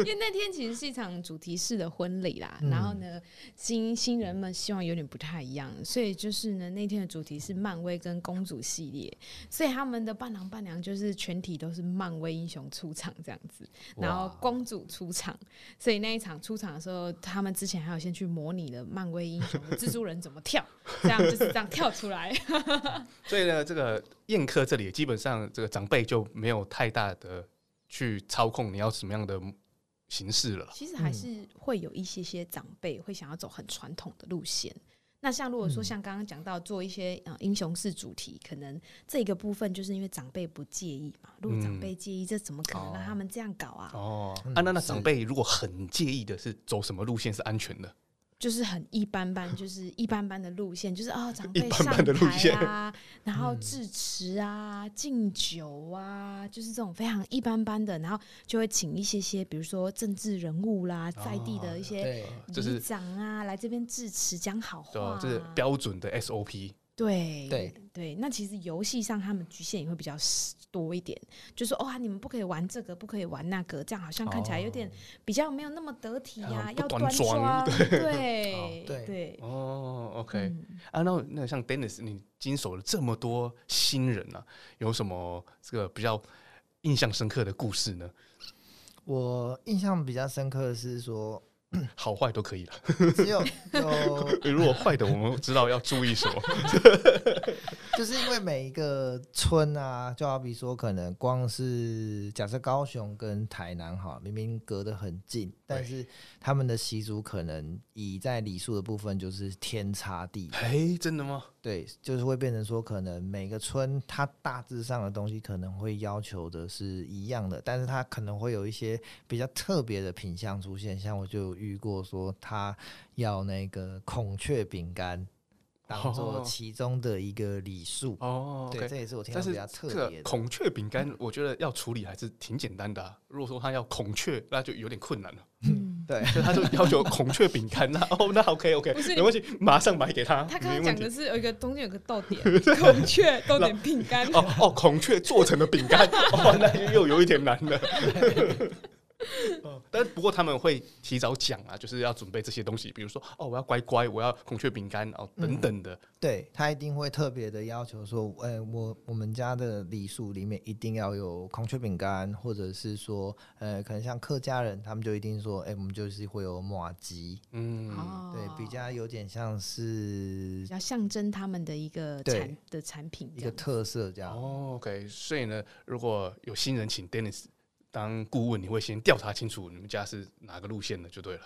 因为那天其实是一场主题式的婚礼啦，然后呢，新新人们希望有点不太一样，所以就是呢，那天的主题是漫威跟公主系列，所以他们的伴郎伴娘就是全体都是漫威英雄出场这样子，然后公主出场，所以那一场出场的时候，他们之前还有先去模拟了漫威英雄蜘蛛人怎么跳，这样就是这样跳出来，
所以呢，这个宴客这里基本上这个长辈就没有太大的去操控你要什么样的形式了。
其实还是会有一些些长辈会想要走很传统的路线。那像如果
嗯
说像刚刚讲到做一些呃英雄式主题，可能这个部分就是因为长辈不介意嘛。如果长辈介意，这怎么可能让他们这样搞啊？
嗯哦，啊，那那
嗯是
长辈如果很介意的是走什么路线是安全的？
就是很一般般，就是一般般的路线，就是哦，长
一
辈
般
上
般的路
台
线嗯
啊， 然后致辞啊、敬酒啊，就是这种非常一般般的，然后就会请一些些，比如说政治人物啦，在
哦
地的一些
对，
这
里
是
长啊，来这边致辞讲好
对
话、
吧
啊，
这是标准的 SOP。
对
对
对，那其实游戏上他们局限也会比较 s- 多一点，就说哦啊哇、你们不可以玩这个，不可以玩那个，这样好像看起来有点比较没有那么得体呀、
嗯不
要
端
哦端
庄
庄， 对
哦
对
对
哦，OK，、
嗯
啊，那那像 Dennis，你经手了这么多新人啊，有什么这个比较印象深刻的故事呢？
我印象比较深刻的是说，
好坏都可 以了。
只有有
如果坏的，我们知道要注意什 么。
就是因为每一个村啊，就好比说，可能光是假设高雄跟台南哈，明明隔得很近，但是他们的习俗可能以在礼数的部分就是天差地别，
哎，真的吗？
对，就是会变成说，可能每个村它大致上的东西可能会要求的是一样的，但是它可能会有一些比较特别的品相出现，像我就有遇过说他要那个孔雀饼干当做
哦
其中的一个礼数。
哦
对，
，OK。
这也是我听到
但
比
是
较特
这个
别的。
孔雀饼干，我觉得要处理还是挺简单的啊、如果说他要孔雀，那就有点困难了。
嗯，
对，
所以他就要求孔雀饼干，那哦，那 OK OK，
不是
没关系，马上买给他，
他刚
没
刚讲
问题
的。是有一个中间有个逗点， 孔雀逗点饼干，
哦哦，孔雀做成的饼干，哦，那又有一点难了。 哦但不过他们会提早讲啊，就是要准备这些东西，比如说哦，我要乖乖，我要孔雀饼干哦，等等的。
对他一定会特别的要求说，呃、我我们家的礼数里面一定要有孔雀饼干，或者是说，呃，可能像客家人，他们就一定说，哎、我们就是会有马吉，
嗯，
哦
对，比较有点像
比
是
较象征他们的一个
对
产的产品这
一个
样，
特色这样。
哦，OK，所以呢，如果有新人请 Dennis 当顾问，你会先调查清楚你们家是哪个路线的就对了。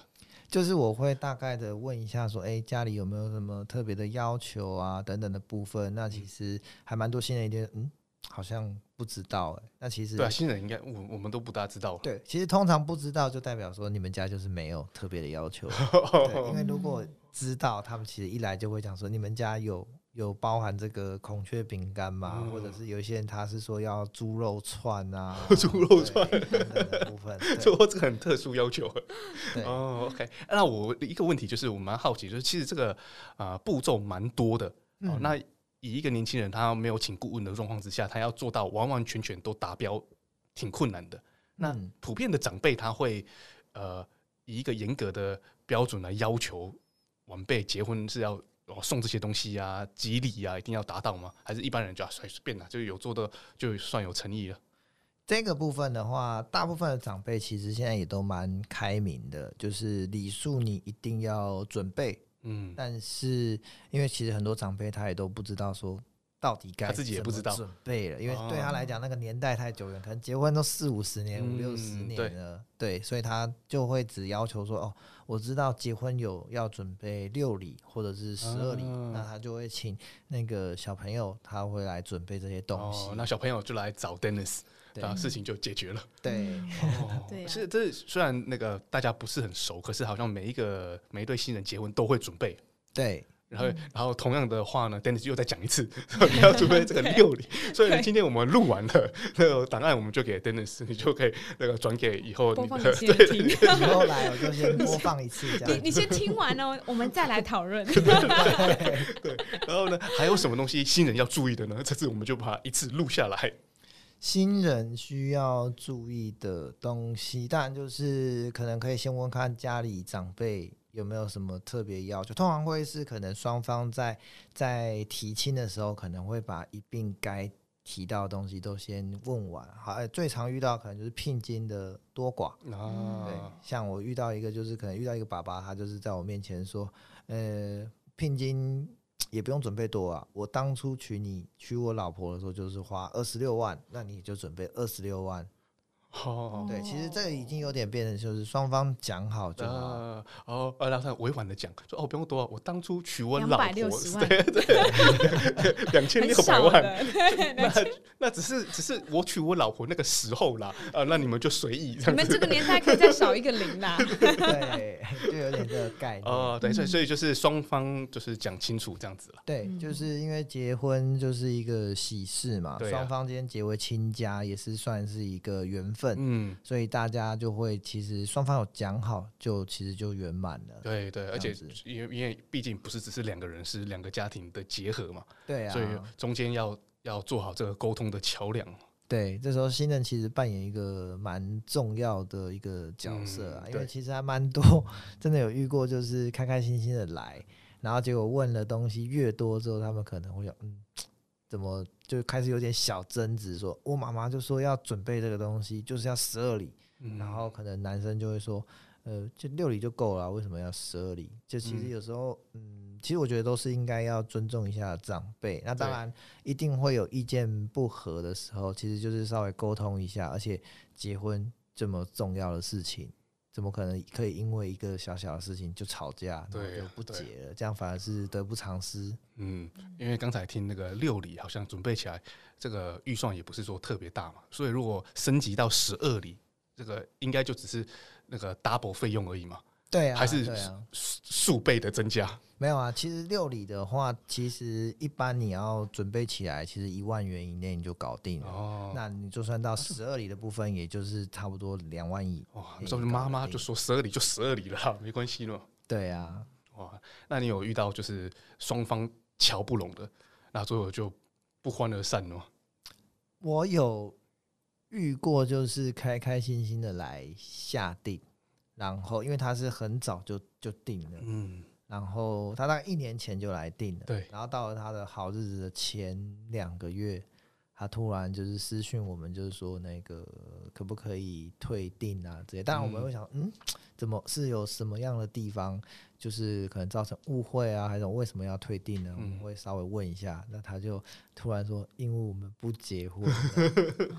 就是我会大概的问一下说，哎、家里有没有什么特别的要求啊，等等的部分。那
嗯
其实还蛮多新人一定，嗯，好像不知道、哎，那其实
对啊，新人应该我我们都不大知道了。
对，其实通常不知道就代表说你们家就是没有特别的要求，对，
哦
因为如果知道，他们其实一来就会讲说你们家有有包含这个孔雀饼干吗？
嗯，
或者是有一些人他是说要猪肉串啊
猪肉串
对等等的部 分，对
这这个很特殊要求。
对
哦，OK。那我一个问题就是，我蛮好奇，就是其实这个啊、呃步骤蛮多的。
嗯
哦，那以一个年轻人他没有请顾问的状况之下，他要做到完完全全都达标，挺困难的。那
嗯
普遍的长辈他会呃以一个严格的标准来要求晚辈结婚是要。哦，送这些东西啊，吉礼啊，一定要达到吗？还是一般人就啊随随便啦、就是有做的就算有诚意了。
这个部分的话，大部分的长辈其实现在也都蛮开明的，就是礼数你一定要准备，
嗯，
但是因为其实很多长辈他也都不知道说到底该
他自己也不知道
怎么准备了，因为
哦
对他来讲那个年代太久远，可能结婚都四五十年、
嗯
五六十年了，对，所以他就会只要求说哦，我知道结婚有要准备六礼或者是十二礼，
哦
那他就会请那个小朋友他会来准备这些东西，
哦，那小朋友就来找 Dennis，
对
啊，事情就解决了。
对。
哦
对啊
是这虽然那个大家不是很熟，可是好像每一个每一对新人结婚都会准备。
对
然
嗯
后，然后同样的话呢，Dennis 又再讲一 次，你要准备这个六礼。所以呢，
对
今天我们录完了那个档案，我们就给 Dennis，你就可以那个转给以后
播
你
放 给
的
新人听。
以后来我就先播放一次这
你
样。
你先听完哦，我们再来讨 论。
然后呢，还有什么东西新人要注意的呢？这次我们就把它一次录下来。
新人需要注意的东西，当然就是可能可以先问看家里长辈有没有什么特别要求，通常会是可能双方在在提亲的时候，可能会把一并该提到的东西都先问完。好，哎最常遇到可能就是聘金的多寡，
嗯
啊
对，像我遇到一个，就是可能遇到一个爸爸，他就是在我面前说，呃，聘金也不用准备多啊，我当初娶你娶我老婆的时候就是花二十六万，那你就准备二十六万。
哦，
对，其实这个已经有点变成就是双方讲好就好。
呃，哦，呃，然后他委婉的讲说，哦，不用多啊，我当初娶我老婆，
260万
对对， 两千
很
六百
少
万，
的，
那那只是只是我娶我老婆那个时候啦，呃，那你们就随意这样
你们
子。
这个年代可以再少一个零 啦。
对， 就有点这个概念。
哦，对，所
嗯
以所以就是双方就是讲清楚这样子了。
对，就是因为结婚就是一个喜事嘛，
对啊
双方之间结为亲家也是算是一个缘分。
嗯，
所以大家就会其实双方有讲好，就其实就圆满了。
对对，而
这
且
样子
因为因为毕竟不是只是两个人，是两个家庭的结合嘛，
对啊，
所以中间要要做好这个沟通的桥梁。
对，这时候新人其实扮演一个蛮重要的一个角色啊，
嗯
因
对
为其实还蛮多 真的有遇过，就是开开心心的来，然后结果问了东西越多之后，他们可能会有嗯，怎么就开始有点小争执说，我妈妈就说要准备这个东西，就是要十二里，
嗯
然后可能男生就会说，呃，就六里就够了啊，为什么要十二里？就其实
嗯
有时候，嗯，其实我觉得都是应该要尊重一下长辈。那当
对
然一定会有意见不合的时候，其实就是稍微沟通一下。而且结婚这么重要的事情，怎么可能可以因为一个小小的事情就吵架，然后
对啊
就不
对
结了？这样反而是得不偿失。
嗯，因为刚才听那个六里好像准备起来，这个预算也不是说特别大嘛，所以如果升级到十二里，这个应该就只是那个 double 费用而已嘛，
对啊，
还是
对啊，
数数倍的增加。
没有啊。其实六里的话，其实一般你要准备起来，其实一万元以内你就搞定了。
哦，
嗯那你就算到十二里的部分，也就是差不多两万亿。
哇，所以妈妈就说十二里就十二里了，没关系了。
对啊，
哇，那你有遇到就是双方瞧不拢的，那最后就不欢而散了吗？
我有遇过，就是开开心心的来下定，然后因为他是很早就就定了，
嗯，
然后他大概一年前就来定了，
对
然后到了他的好日子的前两个月，他突然就是私讯我们，就是说那个可不可以退订啊之类。当然我
嗯
们会想，嗯，怎么是有什么样的地方，就是可能造成误会啊，还是为什么要退订呢？我们
嗯
会稍微问一下。那他就突然说，因为我们不结婚了。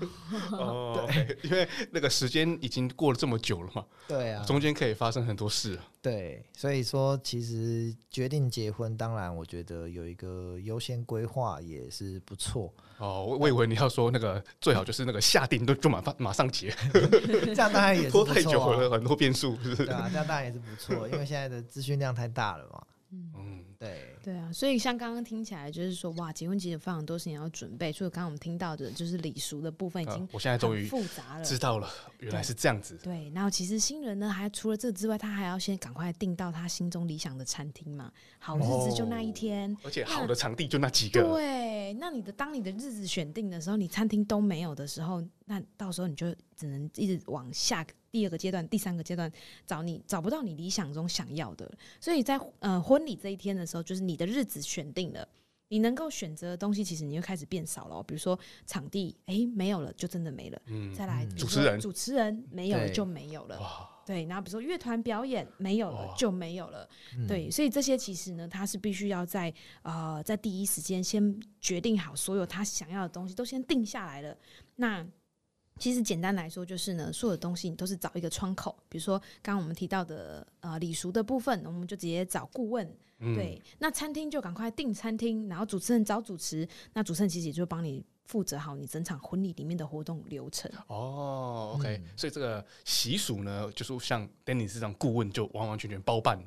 哦，OK，因为那个时间已经过了这么久了嘛，
对啊，
中间可以发生很多事。啊
对，所以说其实决定结婚，当然我觉得有一个优先规划也是不错。
哦，我我以为你要说那个最好就是那个下定就就马上马上结，
这样当然也是
拖
不错、啊、
太久了，很多变数，是不
对
是？
啊，这样当然也是不错，因为现在的资讯量太大了嘛。
嗯，
对，
对啊，所以像刚刚听起来就是说，哇，结婚其实有非常多事情要准备，除了刚刚我们听到的，就是礼俗的部分已经
啊我现在终
很
于
复杂了。
知道了，原来是这样子。
对，然后其实新人呢，还除了这之外，他还要先赶快订到他心中理想的餐厅嘛，好日子就
哦
那一天。
而且好的场地就那几个，
对，那你的当你的日子选定的时候，你餐厅都没有的时候，那到时候你就只能一直往下个第二个阶段、第三个阶段找你找不到你理想中想要的。所以在呃婚礼这一天的时候，就是你的日子选定了。你能够选择的东西，其实你就开始变少了哦、比如说场地，诶，没有了，就真的没了。
嗯
再来，
嗯
比如
主持
说
人
主持人没有了
对
就没有了。
哇，
对，然后比如说乐团表演没有了
哇
就没有了，
嗯
对，所以这些其实呢，他是必须要在呃在第一时间先决定好所有他想要的东西都先定下来了。那其实简单来说就是呢，所有的东西你都是找一个窗口，比如说刚刚我们提到的呃礼俗的部分，我们就直接找顾问，
嗯，
对，那餐厅就赶快订餐厅，然后主持人找主持，那主持人其实也就帮你负责好你整场婚礼里面的活动流程。
哦，OK，、
嗯
所以这个习俗呢，就是像 Danny 这种顾问就完完全全包办了。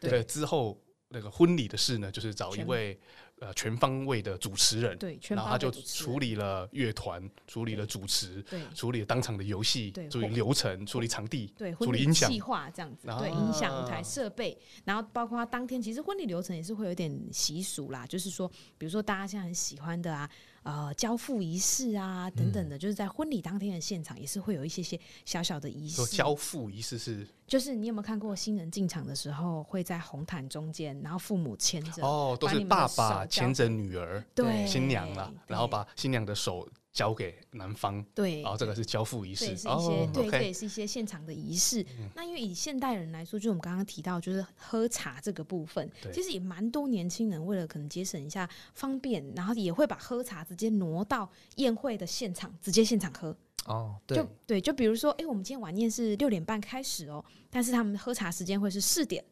对
对，之后那个婚礼的事呢，就是找一
全
位呃全方位的主持人，
对，全
然后他
方
就
位主持人
处理了乐团，处理了主持，
对
处理了当场的游戏
对，
处理
或
流程，处理场地，
对
处
婚
理
礼
音响
计划这样子，对
啊
音响、舞台设备，然后包括他当天其实婚礼流程也是会有点习俗啦，就是说，比如说大家现在很喜欢的啊，呃，交付仪式啊
嗯
等等的，就是在婚礼当天的现场也是会有一些些小小的仪
说
式。
交付仪式是
就是你有没有看过新人进场的时候会在红毯中间，然后父母牵着，
哦，都
把
是
你们的
爸
手
爸
交
牵着女儿，
对
新娘啦，
对
然后把哦新娘的手交给男方，
对，
然后这个是交付仪
这
式
也，是一些、
哦
对，这
，OK，嗯
也是一些现场的仪式。那因为以现代人来说，就我们刚刚提到，就是喝茶这个部分
对，
其实也蛮多年轻人为了可能节省一下方便，然后也会把喝茶直接挪到宴会的现场，直接现场喝。
哦，对
就，对，就比如说，哎、我们今天晚宴是六点半开始哦，但是他们喝茶时间会是四点。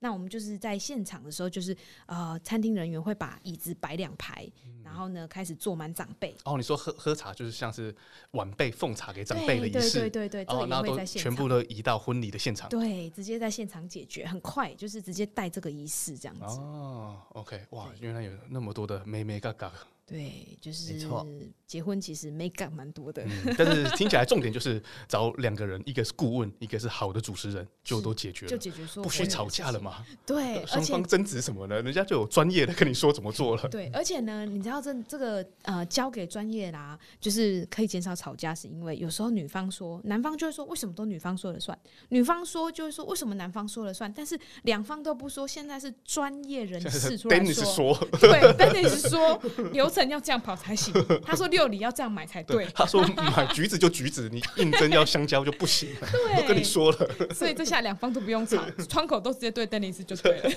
那我们就是在现场的时候，就是呃，餐厅人员会把椅子摆两排，
嗯
然后呢开始坐满长辈。
哦，你说喝喝茶就是像是晚辈奉茶给长辈的
对
仪式
对，对对对，这
哦，
个
那
也
都
会在现场。
全部都移到婚礼的现场。
对，直接在现场解决，很快，就是直接带这个仪式这样子。
哦，OK，哇，
对
原来有那么多的妹妹嘎嘎，
对，就
没错
是结婚其实没干蛮多的，
嗯，但是听起来重点就是找两个人，一个是顾问，一个是好的主持人，就都解决
就
了，
解决说
不需吵架了？嘛，
对，而
双
且
方争执什么的，人家就有专业的跟你说怎么做了。
对，而且呢，你知道这这个呃，交给专业啦，就是可以减少吵架，是因为有时候女方说，男方就会说为什么都女方说了算，女方说就会说为什么男方说了算，但是两方都不说，现在是专业人士 出来
Dennis 说，
对 b e n n 是说流程要这样跑才行，他说六里要这样买才对，
他 说买橘子就橘子，你应征要香蕉就不行，
对，
都跟你说了，
所以这下两方都不用吵，窗口都直接对邓尼斯就对了。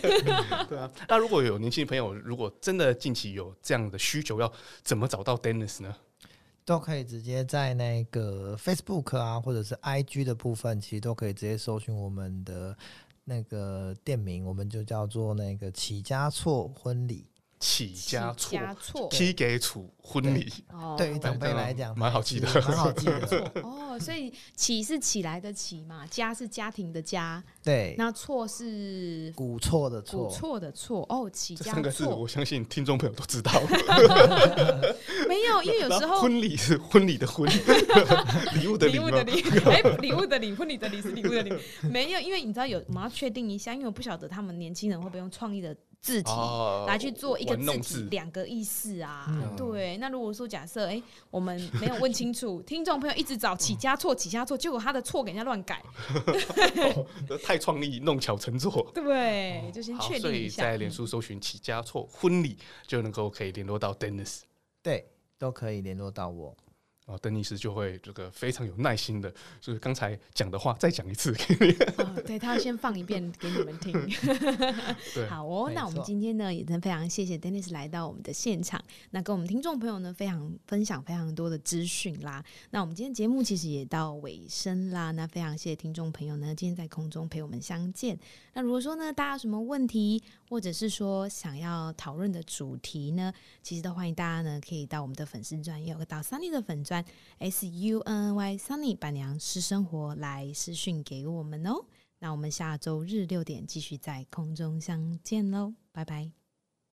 对啊。那如果有年轻朋友，如果真的近期有这样的需求，要怎么找到 Dennis 呢？
都可以直接在那个 Facebook 啊，或者是 IG 的部分，其实都可以直接搜寻我们的那个店名，我们就叫做那个起家错婚礼。
起家错，
加错
踢给处婚礼，
哦
对于长辈
对
来讲，
嗯蛮好记的
蛮好记 的。
哦，所以起是起来的起嘛，家是家庭的家，
对，
那错是
古错的
古
错，
错的错哦，起
这
家
三个字我
错
相信听众朋友都知道。
没 有，因为有时
然后
候
婚礼是婚礼的婚， 礼物的礼
礼物
吗
的？礼， 哎，礼物的礼，婚礼的礼是礼物的礼，没有，因为你知道有我们要确定一下，因为我不晓得他们年轻人会不会用创意的字体
哦
来去做一个
玩弄
字体
字
两个意思啊。
嗯
对，那如果说假设哎、我们没有问清楚，听众朋友一直找起家错起家错，结果他的错给人家乱改，
太创意，弄巧成拙。
对不对？就先
哦好，
确
所
定
以
一
在
下。嗯
脸书搜寻“起家错婚礼”就能够可以联络到 Dennis，
对，都可以联络到我。
然后邓医师就会这个非常有耐心的，就是刚才讲的话再讲一次。
哦 对他要先放一遍给你们听。
对，
好哦，
嗯没
那我们
错
今天呢，也真非常谢谢 Dennis 来到我们的现场，那跟我们听众朋友呢，非常分享非常多的资讯啦。那我们今天节目其实也到尾声啦，那非常谢谢听众朋友呢，今天在空中陪我们相见。那如果说呢，大家有什么问题，或者是说想要讨论的主题呢，其实都欢迎大家呢，可以到我们的粉丝专，也有个到 Sunny 的粉专 S U N N Y Sunny 板娘私生活来私讯给我们哦。那我们下周日六点继续在空中相见喽，拜拜。